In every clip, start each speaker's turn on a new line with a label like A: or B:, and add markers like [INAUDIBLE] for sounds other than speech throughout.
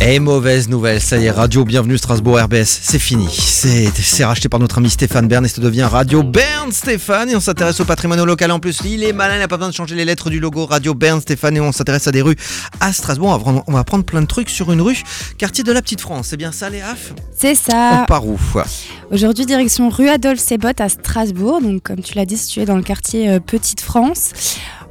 A: Et mauvaise nouvelle, ça y est, Radio Bienvenue Strasbourg RBS, c'est fini. C'est c'est racheté par notre ami Stéphane Bern et ça devient Radio Bern Stéphane. Et on s'intéresse au patrimoine local en plus. Il est malin, il n'a pas besoin de changer les lettres du logo Radio Bern Stéphane. Et on s'intéresse à des rues à Strasbourg. On va, prendre, on va prendre plein de trucs sur une rue, quartier de la Petite France. C'est bien ça, les Haf
B: C'est
A: On
B: ça.
A: part où
B: Aujourd'hui, direction rue Adolphe Sebot à Strasbourg. Donc, comme tu l'as dit, située dans le quartier euh, Petite France.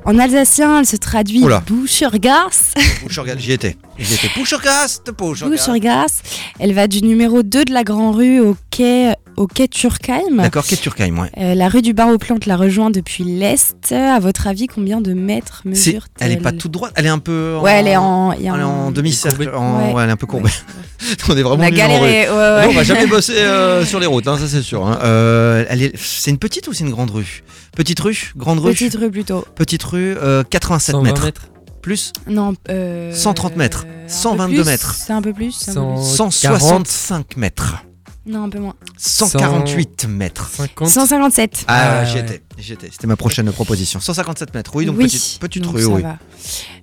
B: En alsacien, elle se traduit
A: Oula.
B: Bouchergas.
A: Pouchorgas, j'y étais. J'y étais. Pouchorgast, Pouchorgast.
B: Bouchergas. Elle va du numéro 2 de la Grand Rue au quai, au quai Turkheim.
A: D'accord, qu'est Turkheim, ouais.
B: Euh, la rue du Bar aux Plantes la rejoint depuis l'est. À votre avis, combien de mètres
A: C'est-
B: mesure
A: Elle est pas toute droite, elle est un peu.
B: Ouais, elle est en. il y a
A: Elle est
B: un-
A: en demi-cercle,
C: Courbée.
A: en-
B: Ouais.
A: ouais, elle est un peu courbée.
B: Ouais.
A: [LAUGHS] On est vraiment
B: On a
A: nuls en rue.
B: galéré. ouais, ouais.
A: Non, on va
B: [LAUGHS]
A: jamais bosser euh, sur les routes, hein, ça c'est sûr. hein. Euh, elle est- c'est une petite ou c'est une grande rue Petite rue, grande rue,
B: Petite rue plutôt.
A: petite rue, euh, 87
C: 120
A: mètres.
C: mètres.
A: Plus
B: Non. euh,
A: 130 mètres.
B: un peu
A: 122
B: plus,
A: mètres.
B: C'est un peu plus. c'est un peu plus.
A: 165 mètres.
B: Non, un peu moins.
A: 148 mètres.
C: 50.
B: 157.
A: Ah,
C: Ah,
A: j'y
C: ouais.
A: étais, j'y étais. C'était ma prochaine proposition. 157 mètres, oui, donc petite, petite
B: donc
A: rue,
B: ça
A: oui.
B: va.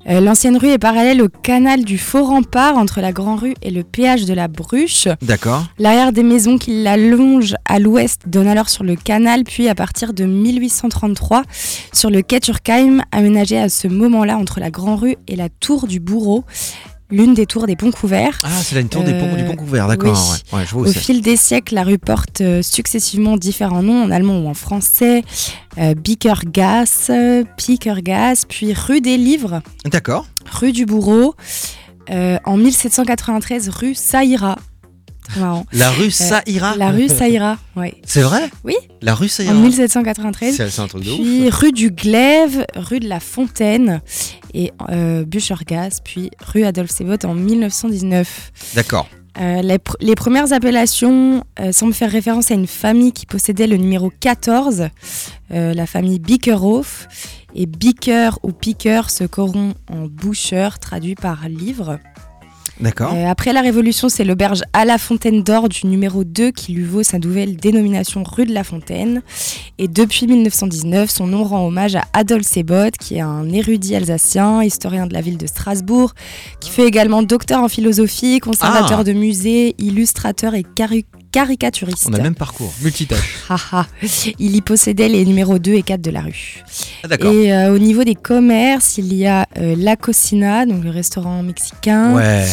B: Euh, L'ancienne rue est parallèle au canal du Faux Rempart entre la Grand Rue et le péage de la Bruche.
A: D'accord.
B: L'arrière des maisons qui l'allongent à l'ouest donne alors sur le canal, puis à partir de 1833 sur le quai Turkheim, aménagé à ce moment-là entre la Grand Rue et la Tour du Bourreau, l'une des tours des ponts couverts.
A: Ah, c'est là une tour des ponts,
B: Euh,
A: du pont couvert, d'accord.
B: oui.
A: Ouais. Ouais, je vois où
B: Au
A: c'est.
B: fil des siècles, la rue porte euh, successivement différents noms en allemand ou en français. Euh, Bickergasse, euh, Pickergasse, puis rue des Livres,
A: D'accord.
B: rue du Bourreau. Euh, en 1793, rue Saïra. Très marrant.
A: La rue Saïra.
B: Euh, La rue Saïra, oui.
A: C'est vrai
B: Oui.
A: La rue
B: En
A: Ah. Saïra.
B: 1793.
A: C'est c'est un truc de ouf.
B: Puis rue du Glaive, rue de la Fontaine et euh, Bûchergas, puis rue Adolphe Sebot en 1919.
A: D'accord.
B: Euh, les, pr- les premières appellations euh, semblent faire référence à une famille qui possédait le numéro 14, euh, la famille Bickerhoff. Et Bicker ou Picker se corrompt en boucheur, traduit par livre.
A: D'accord.
B: Euh, après la Révolution, c'est l'auberge à la Fontaine d'Or du numéro 2 qui lui vaut sa nouvelle dénomination rue de la Fontaine. Et depuis 1919, son nom rend hommage à Adolphe Sebot, qui est un érudit alsacien, historien de la ville de Strasbourg, qui fait également docteur en philosophie, conservateur
A: Ah.
B: de musée, illustrateur et caru- caricaturiste.
A: On a le même parcours.
C: Multitâche.
B: Haha. Il y possédait les numéros 2 et 4 de la rue.
A: Ah, d'accord.
B: Et euh, au niveau des commerces, il y a euh, La Cocina, donc le restaurant mexicain.
A: Ouais.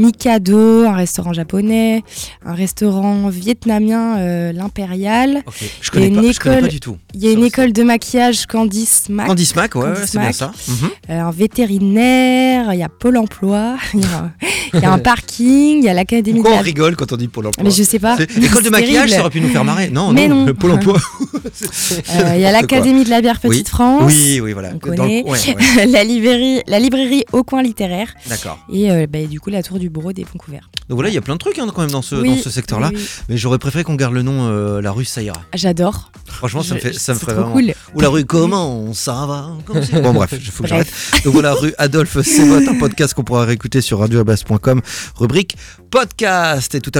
B: Mikado, un restaurant japonais, un restaurant vietnamien, euh, l'Impérial.
A: Ok. Je connais,
B: Et
A: pas,
B: une
A: je connais pas
B: école-
A: du tout.
B: Il y a une
A: Ça,
B: école de maquillage Candice Mac,
A: Candice Mac, ouais,
B: Candice
A: ouais, c'est bien
B: Mac.
A: ça. Mhm.
B: euh, un vétérinaire, il y a Pôle emploi, [LAUGHS] il y a, il y a un parking, il y a l'Académie de
A: Pourquoi on
B: la...
A: rigole quand on dit Pôle emploi
B: Ah, Mais je sais pas.
A: C'est- École de
B: C'est
A: maquillage,
B: terrible.
A: ça aurait pu nous faire marrer. Non,
B: Mais
A: non,
B: non.
A: le Pôle emploi.
B: [LAUGHS] Euh, Il y a
A: n'importe quoi.
B: l'Académie de la bière Petite France, [LAUGHS]
A: Oui, oui, voilà.
B: On
A: Dans le-
B: connaît.
A: ouais, ouais,
B: la, librairie, la librairie au coin littéraire
A: D'accord.
B: et euh, bah, du coup la tour du bourreau des ponts couverts.
A: Donc voilà, il y a plein de trucs hein, quand même dans ce,
B: Oui,
A: dans ce secteur-là.
B: oui, oui.
A: Mais j'aurais préféré qu'on garde le nom euh, la rue Saïra.
B: J'adore.
A: Franchement, ça me
B: Je-
A: fait, ça me
B: c'est
A: ferait
B: trop
A: vraiment-
B: cool.
A: Ou la rue Comment ça va comme
B: [LAUGHS]
A: si- Bon bref, il faut que j'arrête. Donc voilà, rue Adolphe Sebot, un podcast qu'on pourra réécouter sur radioabas.com, rubrique podcast. Et tout à l'heure,